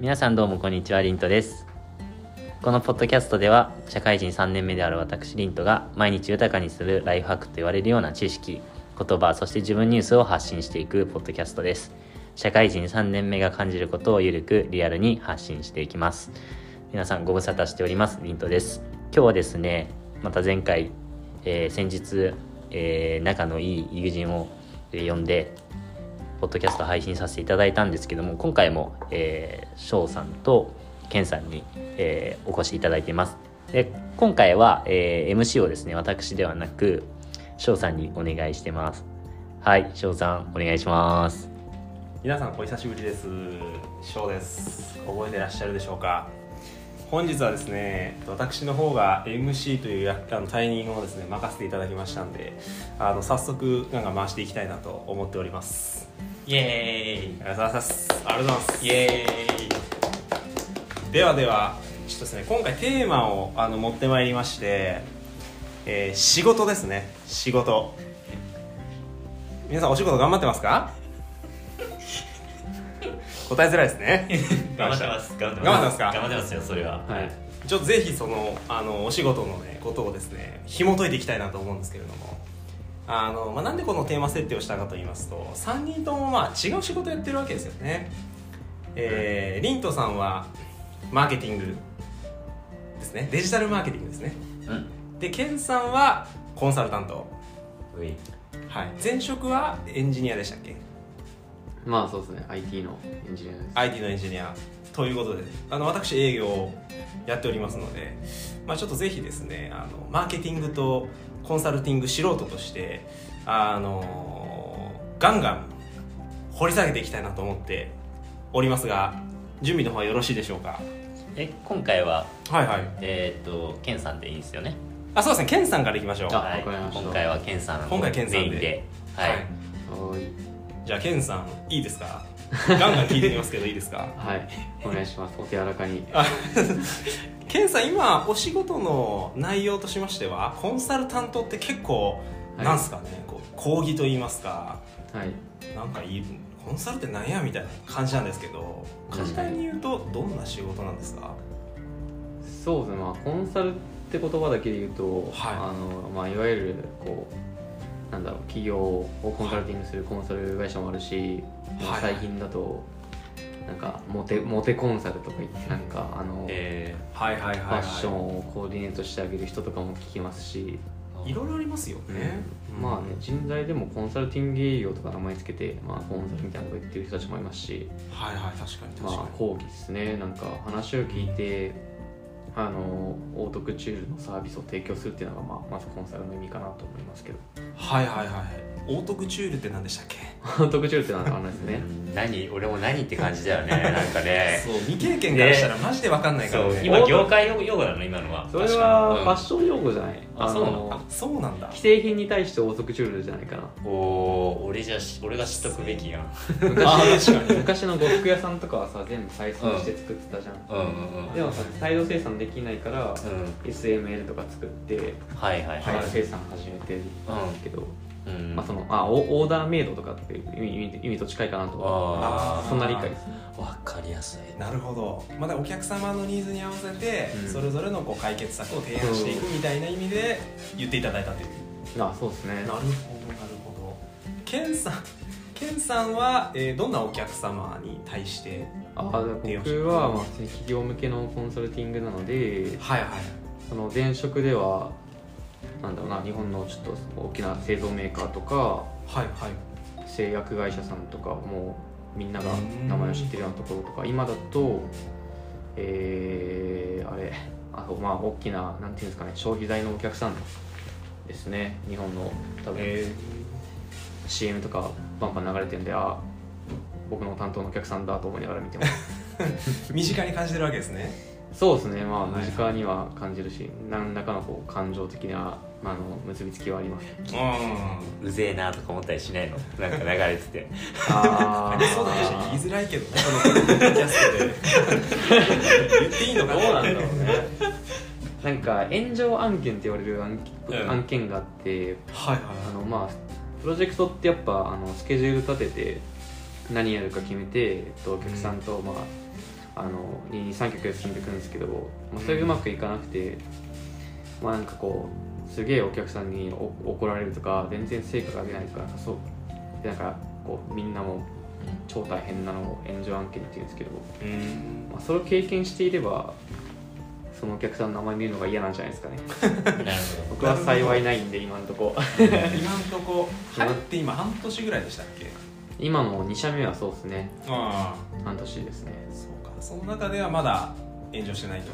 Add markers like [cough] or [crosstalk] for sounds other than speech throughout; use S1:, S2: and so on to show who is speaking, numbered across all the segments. S1: 皆さんどうもこんにちはリントですこのポッドキャストでは社会人3年目である私リントが毎日豊かにするライフハックと言われるような知識言葉そして自分ニュースを発信していくポッドキャストです社会人3年目が感じることをゆるくリアルに発信していきます皆さんご無沙汰しておりますリントです今日はですねまた前回、えー先日、えー仲のいい友人をえー呼んでポッドキャスト配信させていただいたんですけども今回もえー翔、さんとケンさんに、えーお越しいただいていますで今回は、えー MC をですね私ではなく翔さんにお願いしてますはい翔さんお願いします
S2: 皆さんお久しぶりです翔です覚えてらっしゃるでしょうか本日はですね私の方が MC という役あの退任をですね任せていただきましたんであの早速なんか回していきたいなと思っております
S3: イエ
S2: ありがとうございますありがとうございま
S3: ー
S2: す
S3: イイエーイ
S2: ではではちょっとですね今回テーマをあの持ってまいりまして、えー仕事ですね仕事皆さんお仕事頑張ってますか答えづらいですね
S3: [laughs] 頑張ってます頑張って
S2: 頑張ってますか
S3: 頑張ってますよそれはは
S2: はい、ちょっとぜひそのあのお仕事のねことをですね紐解いていきたいなと思うんですけれどもあの、まあ、なんでこのテーマ設定をしたかと言いますと3人ともまあ違う仕事やってるわけですよねえー、リントさんはマーケティングですねデジタルマーケティングですね
S1: うん
S2: でケンさんはコンサルタント、
S1: うい
S2: はい、前職はエンジニアでしたっけ
S4: まあそうですね IT のエンジニアです
S2: IT のエンジニアということであの私営業をやっておりますので、まあ、ちょっとぜひですねあのマーケティングとコンサルティング素人としてあのガンガン掘り下げていきたいなと思っておりますが準備の方はよろしいでしょうか
S1: え今回は
S2: はいはい
S1: えーっとケンさんでいいんですよね
S2: あそうですねケンさんからいきましょう
S4: あ
S2: は
S1: はい
S4: わかりました
S1: 今回はケンさん
S2: 今回ケンさんで
S1: メインではい、
S4: はーい
S2: じゃあケンさんいいですかガンガン聞いてみますけどいいですか
S4: はいお願いしますお手柔らかに
S2: あケンさん今お仕事の内容としましてはコンサルタントって結構
S4: はい
S2: なんすかね、こう講義と言いますか
S4: はい
S2: なんかいいコンサルってなんやみたいな感じなんですけど簡単に言うとどんな仕事なんですか、
S4: そうですねまあコンサルって言葉だけで言うと、
S2: はい
S4: あのまあ、いわゆるこうなんだろう企業をコンサルティングするコンサル会社もあるし、
S2: はい
S4: 最近だとなんかモテモテコンサルとか言ってなんかあの、
S2: えー、はいはいはい、
S4: ファッションをコーディネートしてあげる人とかも聞きますし、
S2: いろいろありますよね、
S4: まあね人材でもコンサルティング営業とか名前つけて、まあ、コンサルみたいなこと言ってる人たちもいますし、
S2: はいはい確かに確かに、
S4: まあ、講義ですねなんか話を聞いてあのオートクチュールのサービスを提供するっていうのが、まあ、まずコンサルの意味かなと思いますけど [laughs]
S2: はいはいはいオートクチュールって何でしたっけ
S4: オートクチュールっていうのはあれですね
S1: うん何俺も何って感じだよねなんか
S2: [laughs]
S1: ね
S2: そう未経験からしたらマジで分かんないから
S1: そう
S2: ね
S1: 今業界用用語なの今のは
S4: それは
S1: 確
S4: フ
S1: か
S4: ァッション用語じゃない
S1: あそうなの
S2: あそうなんだ
S4: 既製品に対してオートクチュールじゃないかな
S1: にうんおお俺じゃし俺が知っとくべきやん
S4: 昔
S2: あ
S4: [laughs]
S2: 確かに
S4: [laughs] 昔の呉服屋さんとかはさ全部採寸して作ってたじゃん、
S1: うんうんうん
S4: でもさ大量生産できないから
S1: うん
S4: SML とか作って
S1: はいはいはい
S4: 大量生産始めてるけ
S1: う
S4: ど、
S1: ん
S4: まあ、そのあオオーダーメイドとかっていう意味意味と近いかなと
S1: あ
S2: ー
S4: そんな理解です
S1: わかりやすい
S2: なるほど、まあだからお客様のニーズに合わせて、
S4: うん
S2: それぞれのこう解決策を提案していくみたいな意味で言っていただいたという
S4: あそうですね
S2: なるほどなるほどケンさんケンさんは、えーどんなお客様に対して
S4: あ僕は、まあ、普通に企業向けのコンサルティングなので
S2: はいはい
S4: その前職ではなんだろうな日本のちょっと大きな製造メーカーとか
S2: はいはい
S4: 製薬会社さんとかもうみんなが名前を知ってるようなところとか今だとえー、あれあとまあ大きななんていうんですかね消費財のお客さんですね日本の多分、CM とかバンバン流れてるんであ僕の担当のお客さんだと思いながら見てます
S2: 身近に感じてるわけですね
S4: そうですねま
S2: はい
S4: あ身近には感じるし何らかのこう感情的な、まあ、あの結びつきはあります
S2: うん
S1: うぜえなとか思ったりしないのなんか流れて
S4: [laughs]
S1: て
S4: あ
S2: あ
S4: ー
S2: りそうだけど言いづらいけどねこのポッドキャストで言っていいのか
S4: どうなんだろうねなんか炎上案件って言われる案,、
S2: うん
S4: 案件があって
S2: はいはい
S4: あのまあプロジェクトってやっぱあのスケジュール立てて何やるか決めて、えっと、お客さんとまああのに3曲進んでいくんですけど、まあ、それがうまくいかなくて、まあなんかこうすげえお客さんにお怒られるとか全然成果が出ないとかなんかそうでなんかこうみんなも超大変なのを炎上案件っていうんですけど、
S2: うん
S4: まあ、それを経験していればそのお客さんの名前見るのが嫌なんじゃないですかね
S3: なるほ
S4: 僕は幸いないんで今のとこ
S2: 今んとこ春って今半年ぐらいでしたっけ
S4: 今の2社目はそうですね
S2: あ
S4: 半年ですね
S2: あそうかその中ではまだ炎上してないと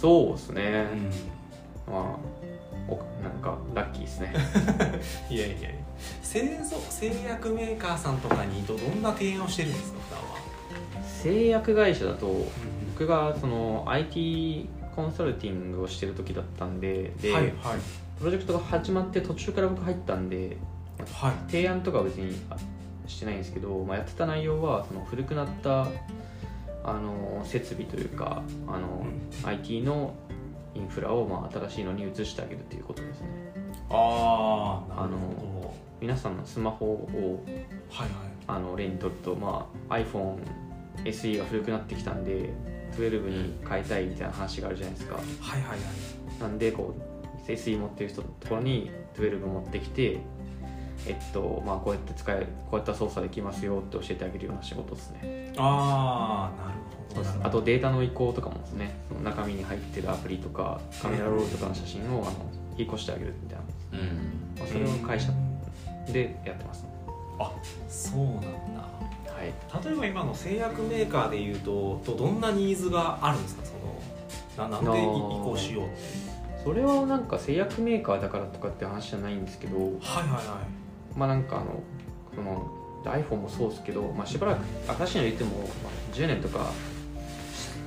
S4: そうですね
S2: う、ん
S4: まあおなんかラッキーですね [laughs]
S2: いやいやいや製造製薬メーカーさんとかにどんな提案をしてるんですか普段は
S4: 製薬会社だと僕がその IT コンサルティングをしてる時だったんでで、
S2: はいはい
S4: プロジェクトが始まって途中から僕入ったんで
S2: はい
S4: 提案とかは別にあしてないんですけど、まあ、やってた内容はその古くなったあの設備というかあの、IT のインフラをまあ新しいのに移してあげるということですね
S2: ああなる
S4: あ
S2: ほ
S4: 皆さんのスマホを
S2: どはいはい
S4: あの例にとると、まあ、iPhoneSE が古くなってきたんで12に変えたいみたいな話があるじゃないですか
S2: はいはいはい
S4: なんでこう SE 持ってる人のところに12持ってきてえっとまあこうやって使えるこういった操作できますよって教えてあげるような仕事ですね
S2: ああなるほど
S4: あとデータの移行とかもですねその中身に入ってるアプリとかカメラロールとかの写真をあの引っ越してあげるみたいな、
S1: うんうん
S4: まあ、それを会社
S2: うん
S4: でやってますね
S2: そうなんだ
S4: はい
S2: 例えば今の製薬メーカーでいうとどどんなニーズがあるんですかそのななんでい移
S4: あー
S2: 行しようって
S4: それはなんか製薬メーカーだからとかって話じゃないんですけど
S2: はいはいは
S4: まあなんかあのこの iPhone もそうですけど、まあ、しばらく新しいの入れても、まあ、10年とか、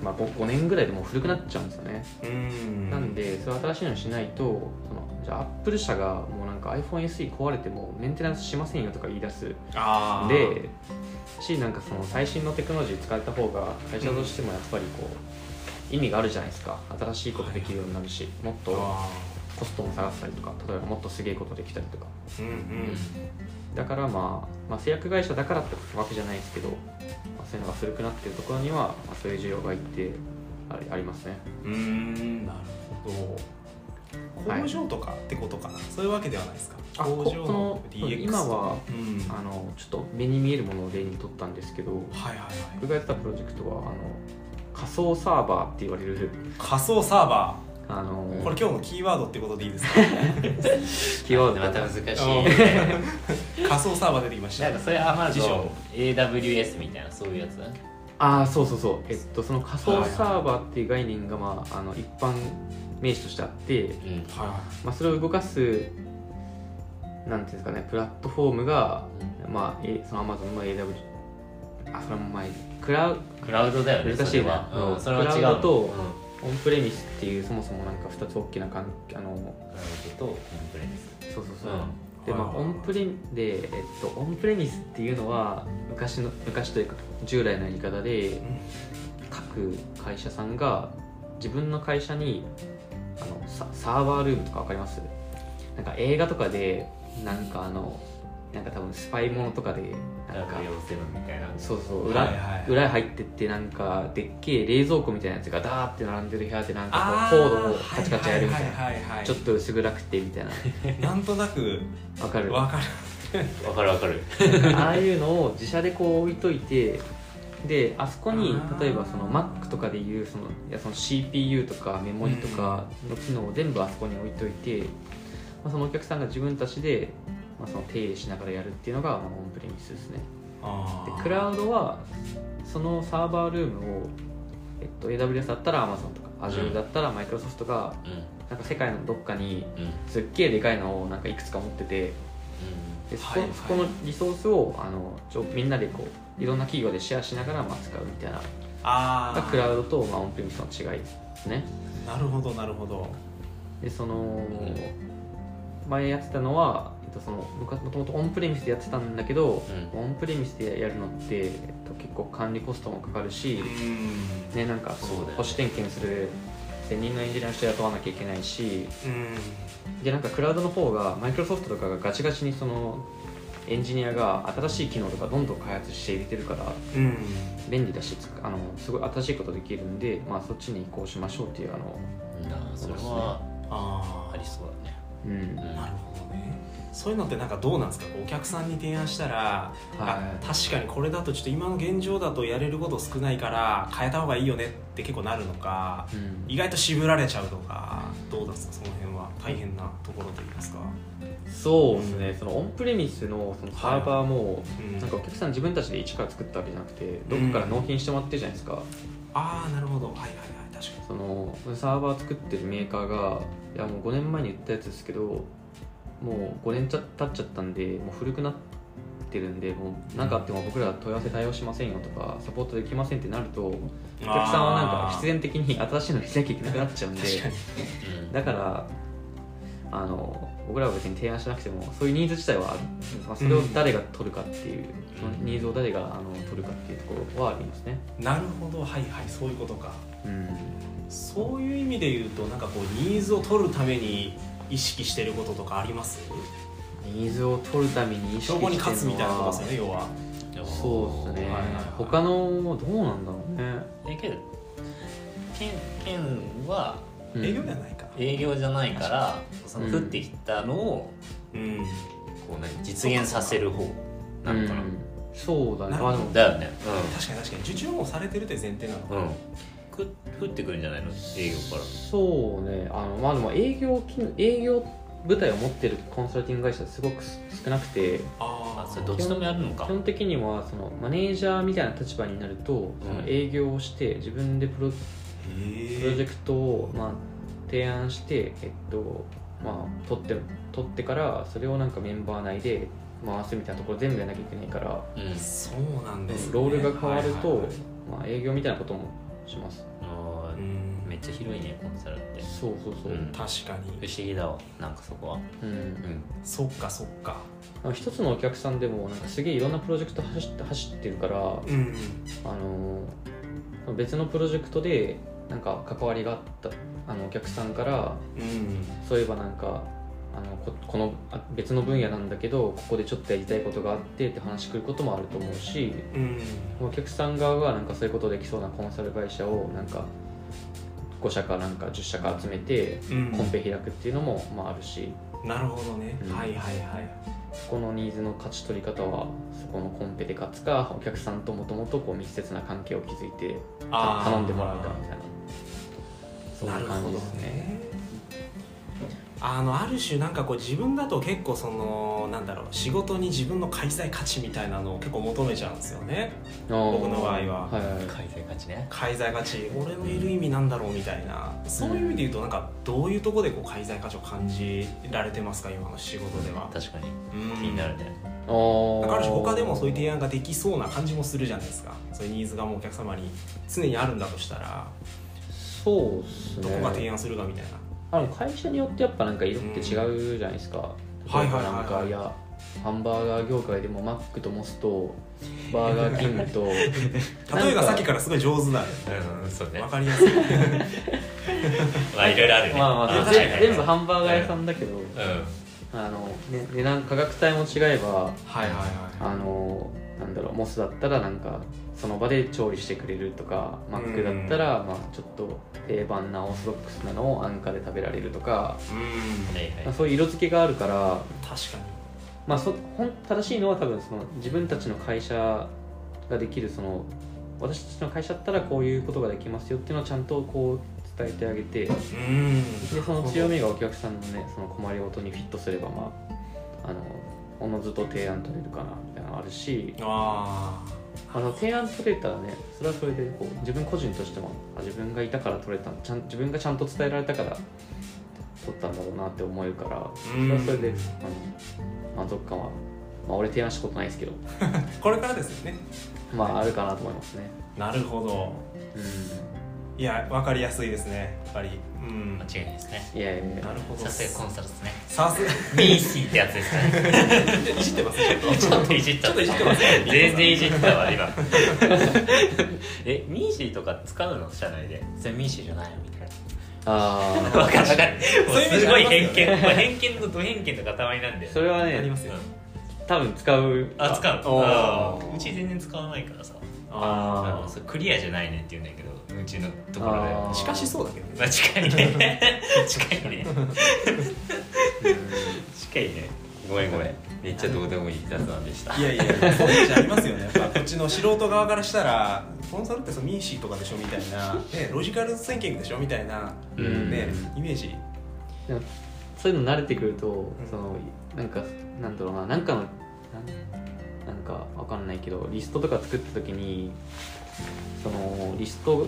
S4: まあ、5, 5年ぐらいでもう古くなっちゃうんですよね、
S2: いうん
S4: なんでそれ新しいのにしないとそのじゃあ Apple 社がもうなんか iPhoneSE 壊れてもメンテナンスしませんよとか言い出す
S2: あー
S4: でしなんかその最新のテクノロジー使えた方が会社としてもやっぱりこう意味があるじゃないですか新しいことできるようになるしもっと
S2: あ
S4: コストも下がったりとか例えばもっとすげえことできたりとか
S2: ーうんうん
S4: だから、まあ、まあ製薬会社だからってわけじゃないですけど、まあ、そういうのが古くなってるところには、まあ、そういう需要がいってありありますね
S2: うーんなるほど
S4: はい
S2: 工場とかってことかな、そういうわけではないですか
S4: あこ
S2: 工場
S4: この
S2: の DX
S4: 今は
S2: うん
S4: あのちょっと目に見えるものを例にとったんですけど
S2: はいはいはい
S4: 僕がやってたプロジェクトはあの仮想サーバーって言われる
S2: 仮想サーバ
S4: あの
S2: ーこれ今日のキーワードってことでいい
S4: [laughs]
S2: ですか
S4: キーワード
S1: また
S4: だ
S1: 難しい
S2: うん仮想サーバー出てきま
S1: [laughs]
S2: し
S1: な
S2: た
S1: んかそれはまず
S2: 辞書
S1: AWS みたいなそういうやつ
S4: ああそうそうそう、えっと、その仮想サーバーっていう概念が、まあ、あの一般名詞としてあって、
S1: うん
S2: は
S4: まあ、それを動かすなんていうんですかねプラットフォームが、まあ、えその Amazon の AW あそれも前クラウ
S1: クラウドだよね
S4: 難しいな
S1: それはうん、
S4: うん
S1: それは違う
S4: クラウドと
S1: うん
S4: オンプレミスっていうそもそもなんか2つ大きな関係あの
S1: クラウドとコンプレックス
S4: そうそうそう、
S1: う
S4: でまあ、
S2: はい
S4: オンプレで、えっと、オンプレミスっていうのは昔の昔というか従来のやり方で
S2: い、うん
S4: 各会社さんが自分の会社にあのササーバールームとか分かりますなんか映画とかでなんかあのなんか多分スパイものとかで
S1: ん
S4: なんか
S1: 007みたいな
S4: そうそう裏,、
S2: はいはいはい
S4: 裏入ってってなんかでっけえ冷蔵庫みたいなやつがダーって並んでる部屋でなんか
S2: あ
S4: こ
S2: ー
S4: うコードをカチカチやるみたいな、
S2: はいはいはいはい
S4: ちょっと薄暗くてみたい
S2: [laughs]
S4: な
S2: なんとなく
S4: 分かる
S2: わかる
S1: わかるわかる
S4: ああいうのを自社でこう置いといてであそこに
S2: あー
S4: 例えばその Mac とかでいうそのいやその CPU とかメモリとかの機能を全部あそこに置いといて、まあ、そのお客さんが自分たちで、まあ、その手入れしながらやるっていうのが、まあ、オンプレミスですね
S2: あ
S4: で
S2: ー
S4: クラウドはそのサーバールームを、えっと、AWS だったら Amazon とか Azure だったら Microsoft が
S1: う
S4: なんか世界のどっかに
S1: んうん
S4: すっげえでかいのをなんかいくつか持っててでそこ,、
S2: はいはい
S4: そこのリソースをあのちょみんなでこういろんな企業でシェアしながらまあ使うみたいな
S2: あ
S4: が
S2: ー
S4: クラウドと、まあ、オンプレミスの違いですね
S2: なるほどなるほど
S4: でその
S1: ん
S4: 前やってたのは、えっと、そのむかもともとオンプレミスでやってたんだけど、オンプレミスでやるのって、えっと、結構管理コストもかかるし、
S2: うん
S4: ね、なんか
S1: そうだよね
S4: 保守点検する専任のエンジニアの人雇わなきゃいけないし
S2: うん
S4: でなんかクラウドの方がマイクロソフトとかがガチガチにそのエンジニアが新しい機能とかどんどん開発して入れてるから
S2: うん
S4: 便利だしつあのすごい新しいことできるんで、まあ、そっちに移行しましょうっていうあの、
S1: うんそれは
S2: あ
S1: ありそうだね
S4: うん
S1: う
S4: はい
S1: ん
S2: あなるほどねそういうのってなんかどうなんですかこうお客さんに提案したら、あ確かにこれだとちょっと今の現状だとやれること少ないから変えた方がいいよねって結構なるのか
S4: うん
S2: 意外と渋られちゃうとかどうなんですかその辺は大変なところといいますか、
S4: そうですねそのオンプレミスのそのサーバーも、
S2: うん
S4: なんかお客さん自分たちで一から作ったわけじゃなくてどっから納品してもらってるじゃないですか、
S2: ああなるほどはいはいはい確かに
S4: そのサーバー作ってるメーカーがいやもう5年前に言ったやつですけどもう5年ちゃ経っちゃったんでもう古くなってるんでもう何かあっても僕ら問い合わせ対応しませんよとかサポートできませんってなるとお
S2: お
S4: 客さんはなんか必然的に [laughs] 新しいのにしなきゃいけなくなっちゃうんで
S2: 確かに
S4: だからあの僕らは別に提案しなくてもそういうニーズ自体はある、まあ、それを誰が取るかっていう、そのニーズを誰があの取るかっていうところはありますね。
S2: なるほどはいはいそういうことか
S4: うん
S2: そういう意味で言うとなんかこうニーズを取るために意識してることとかあります
S4: ニーズを取るために意識し
S2: 競
S4: てるの
S2: 合
S4: は
S2: に勝つみたいなことですよね要は
S1: でも
S4: そうですね、
S1: はいはいはい
S4: 他のどうなんだろうね、
S1: えけど県県は
S4: うん
S2: 営業じゃないか
S1: 営業じゃないからその
S4: うん
S1: 降ってきたのを
S2: うん
S1: こう、ね、実現させる方なのかな、
S4: うんそうだね
S2: なるほ
S4: あで
S2: ど
S4: も
S1: だよね
S2: 確かに確かに受注もされてるって前提なのか
S1: うん、うん、く降ってくるんじゃないの営業から
S4: そうねあのまあでも営業機能営業部隊を持ってるコンサルティング会社はすごくす少なくて
S2: あ
S1: あそれどっちでもやるの
S4: 基
S1: か
S4: 本的にはそのマネージャーみたいな立場になると、その営業をして自分でプロプロジェクトを、まあ、提案して、えっとまあ、取って取ってからそれをなんかメンバー内で回すみたいなところ全部やらなきゃいけないから
S1: うん
S2: そうなんです、ね、
S4: ロールが変わる
S2: はい
S4: と
S2: はいはい、
S4: まあ、営業みたいなこともします
S1: あ
S2: う
S1: ー
S2: ん
S1: めっちゃ広いねコンサルって
S4: そうそうそう、
S1: う
S4: うんん
S2: 確か
S1: 不
S2: に
S1: 思議だわなんかそこはうん
S2: そっかそっか
S4: あの一つのお客さんでもなんかすげえいろんなプロジェクト走って走ってるから、
S2: うん
S4: あのー別のプロジェクトでなんか関わりがあったあのお客さんから
S2: うん
S4: そういえばなんかあのここのあ別の分野なんだけどここでちょっとやりたいことがあってって話くることもあると思うし
S2: うん
S4: お客さん側がなんかそういうことできそうなコンサル会社をなんか5社かなんか10社か集めて
S2: うん
S4: コンペ開くっていうのもまああるし
S2: なるほどね、
S4: うん
S2: はいはいはい
S4: そこのニーズの勝ち取り方はそこのコンペで勝つかお客さんともともとこう密接な関係を築いて
S2: あー
S4: 頼んでもらうかみたいなそん
S2: な
S4: な
S2: るほ
S4: 感
S2: ど
S4: じ
S2: ね
S4: ですね。
S2: あのある種なんかこう自分だと結構そのなんだろう仕事に自分の開催価値みたいなのを結構求めちゃうんですよね僕
S4: 僕
S2: の場合は
S4: はいはい
S1: 改善価値ね
S2: 開催価値俺のいる意味なんだろうみたいなそういう意味で言うとなんかどういうとこでこう開催価値を感じられてますか今の仕事では
S1: 確かに
S2: うん
S1: 気になるね
S4: あー
S2: なんかある種他でもそういう提案ができそうな感じもするじゃないですかそういうニーズがもうお客様に常にあるんだとしたら
S4: そうっすね
S2: どこが提案するかみたいな、
S4: あの会社によってやっぱなんか色って違うじゃないですか、
S2: はいはいはいはい
S4: なんかいやハンバーガー業界でもマックとモスとバーガーキング
S2: [laughs]
S4: と
S2: 例えが
S4: なんか
S2: さっきからすごい上手だね
S3: うんそうね
S2: わかりやすい
S3: まあいろいろあるね
S4: まあまあ
S3: はいはいは
S4: 全
S3: い
S4: 部全部ハンバーガー屋さんだけど、
S3: うん
S4: あの、ね、値段価格帯も違えば
S2: はいはいはい
S4: あのなんだろうモスだったらなんかその場で調理してくれるとかマックだったら、まあ、ちょっと定番なオーソドックスなのを安価で食べられるとか、
S2: うん
S1: はい
S4: ま
S1: は
S4: あ、
S1: い
S4: そういう色付けがあるから
S2: 確かに
S4: まあ、そほん正しいのは多分その自分たちの会社ができるその私たちの会社だったらこういうことができますよっていうのをちゃんとこう伝えてあげてで
S2: うん
S4: その強みがお客さんのねその困りごとにフィットすればまああのおのずと提案取れるかなみたいなのがあるし
S2: あ
S4: あの提案取れたらねそれはそれでこう自分個人としてもあ自分がいたから取れたちゃん自分がちゃんと伝えられたから取ったんだろうなって思えるからそれはそれであの満足感は、まあ、俺提案したことないですけど
S2: あこれからですよね
S4: まああるかなと思いますね。
S2: なるほど
S4: う
S2: いやわかりやすいですねやっぱりうん
S3: 間違いないですね
S4: ん、いやいやい
S2: な
S4: や。
S2: るほど
S3: さすがコンサルですね
S2: さすが
S1: [laughs]
S3: BC ってやつですね
S2: いじってますね
S3: ちょっといじっちゃった
S2: ちょっといじってますね
S3: 全然いじってたわ今
S1: えミーシーとか使うの社内でそれミーシーじゃないのみたいな
S4: あ
S3: わか
S4: あ。
S3: んなかった
S2: そういうイメージ
S3: す
S2: あ
S3: ごい
S2: りますよ
S3: 偏
S2: ね
S3: 見、まあ偏見のド偏見の塊なんで
S4: [laughs] それは
S2: [laughs] ありま
S4: ね、
S2: すよ
S4: 多分使う
S3: あ使う
S2: おー
S3: あーうち全然使わないからさあ
S4: あ
S3: の
S4: ー
S3: それクリアじゃないねって言うんだけどうちのところで
S4: あー
S2: しかしそうだけどね
S3: まあ近いね
S2: [laughs]
S3: 近いね
S4: うん
S3: 近いねごめんごめんめっちゃどうでもいい雑談でした
S2: いやいやそういうじゃありますよねやっぱこっちの素人側からしたらコンサルってそのミーシーとかでしょみたいな、ね、ロジカルセンキングでしょみたいな、
S4: うん
S2: ね、イメージ
S4: でもそういうの慣れてくると、
S2: ん
S4: そのなんかなんだろうななんかのなんなんかわかんないけどリストとか作った時にそのリスト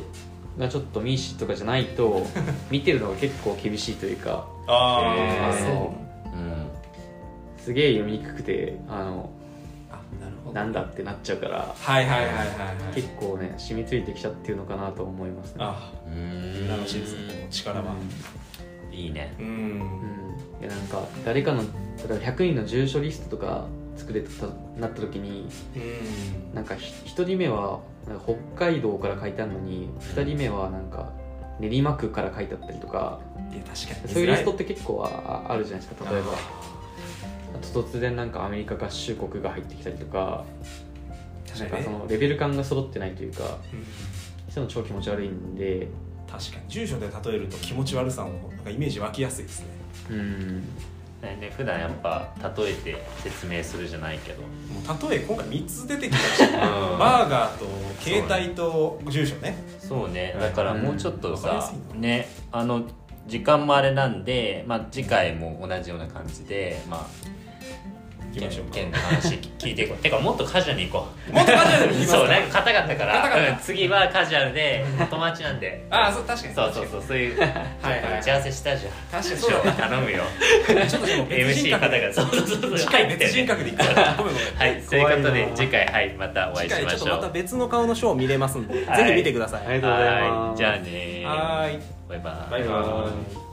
S4: がちょっとミーシーとかじゃない
S2: [laughs]
S4: と見てるのが結構厳しいというか
S2: あ
S3: ー
S4: あの
S1: うん
S4: すげえ読みにくくてあの
S2: あなるほど
S4: なんだってなっちゃうから
S2: はいはいはいはいはい
S4: 結構ね染みついてきちゃってるのかなと思いますね。
S2: あ
S1: うーん
S2: 羨ましいですね力はい
S1: いね
S2: うん
S4: うん、いやなんか誰かの例えば100人の住所リストとか作れたなった時に
S2: うん
S4: なんかひ1人目はなんか北海道から書いてあるのに2人目はなんか練馬区から書いてあったりとか
S2: いや確かに
S4: そういうリストって結構ああるじゃないですか例えばあと突然なんかアメリカ合衆国が入ってきたりとか
S2: 確
S4: なん
S2: か
S4: か
S2: に
S4: そ
S2: ね
S4: のレベル感が揃ってないというか
S2: うん
S4: そういうの超気持ち悪いんで
S2: 確かに住所で例えると気持ち悪さもなんかイメージ湧きやすいですね
S4: うん
S1: ねね普段やっぱ例えて説明するじゃないけど
S2: もう例え今回3つ出てきましたね
S1: うん
S2: バーガーと携帯と住所ね
S1: そうねだからもうちょっと
S2: うんわか
S1: さ
S2: りやすい、
S1: ねあの時間もあれなんで、まあ、次回も同じような感じで、まあ、
S2: いき
S1: 県
S2: ましょうか
S1: 県の話聞いていこうてかもっとカジュアルにいこう
S2: もっとカジュアルに行きます
S1: そう
S2: か
S1: なんか硬かったか
S2: 硬かった
S1: らうん次はカジュアルで友達なんで
S2: [laughs] あ [laughs] あそう確かに
S1: そうそうそうそういうちょっ
S2: はいはい
S1: と打ち合わせしたじゃん
S2: 確かにそうだね
S1: 頼むよ
S2: ちょっとでも別
S1: MC
S2: 人
S1: の
S2: 格 [laughs]
S1: 方
S2: で
S1: がそうそうそう入
S2: 次回
S1: って
S2: 別人
S1: ね
S2: 格でいくからごめんごめん
S1: はいということ
S4: 怖い
S1: で
S4: な
S1: 次回はいまたお会
S2: 次
S1: いし
S2: 回
S1: ま
S2: ちょっと
S1: しょ
S2: ま
S1: う
S2: た別の顔のショーを見れますんで、
S1: はい
S2: ぜひ見てくださ
S4: あ
S2: い
S4: りがとうござい
S1: は
S4: ま
S1: い
S4: す
S1: じゃあね
S2: はーい
S1: バイバイ
S2: バイバイ
S4: い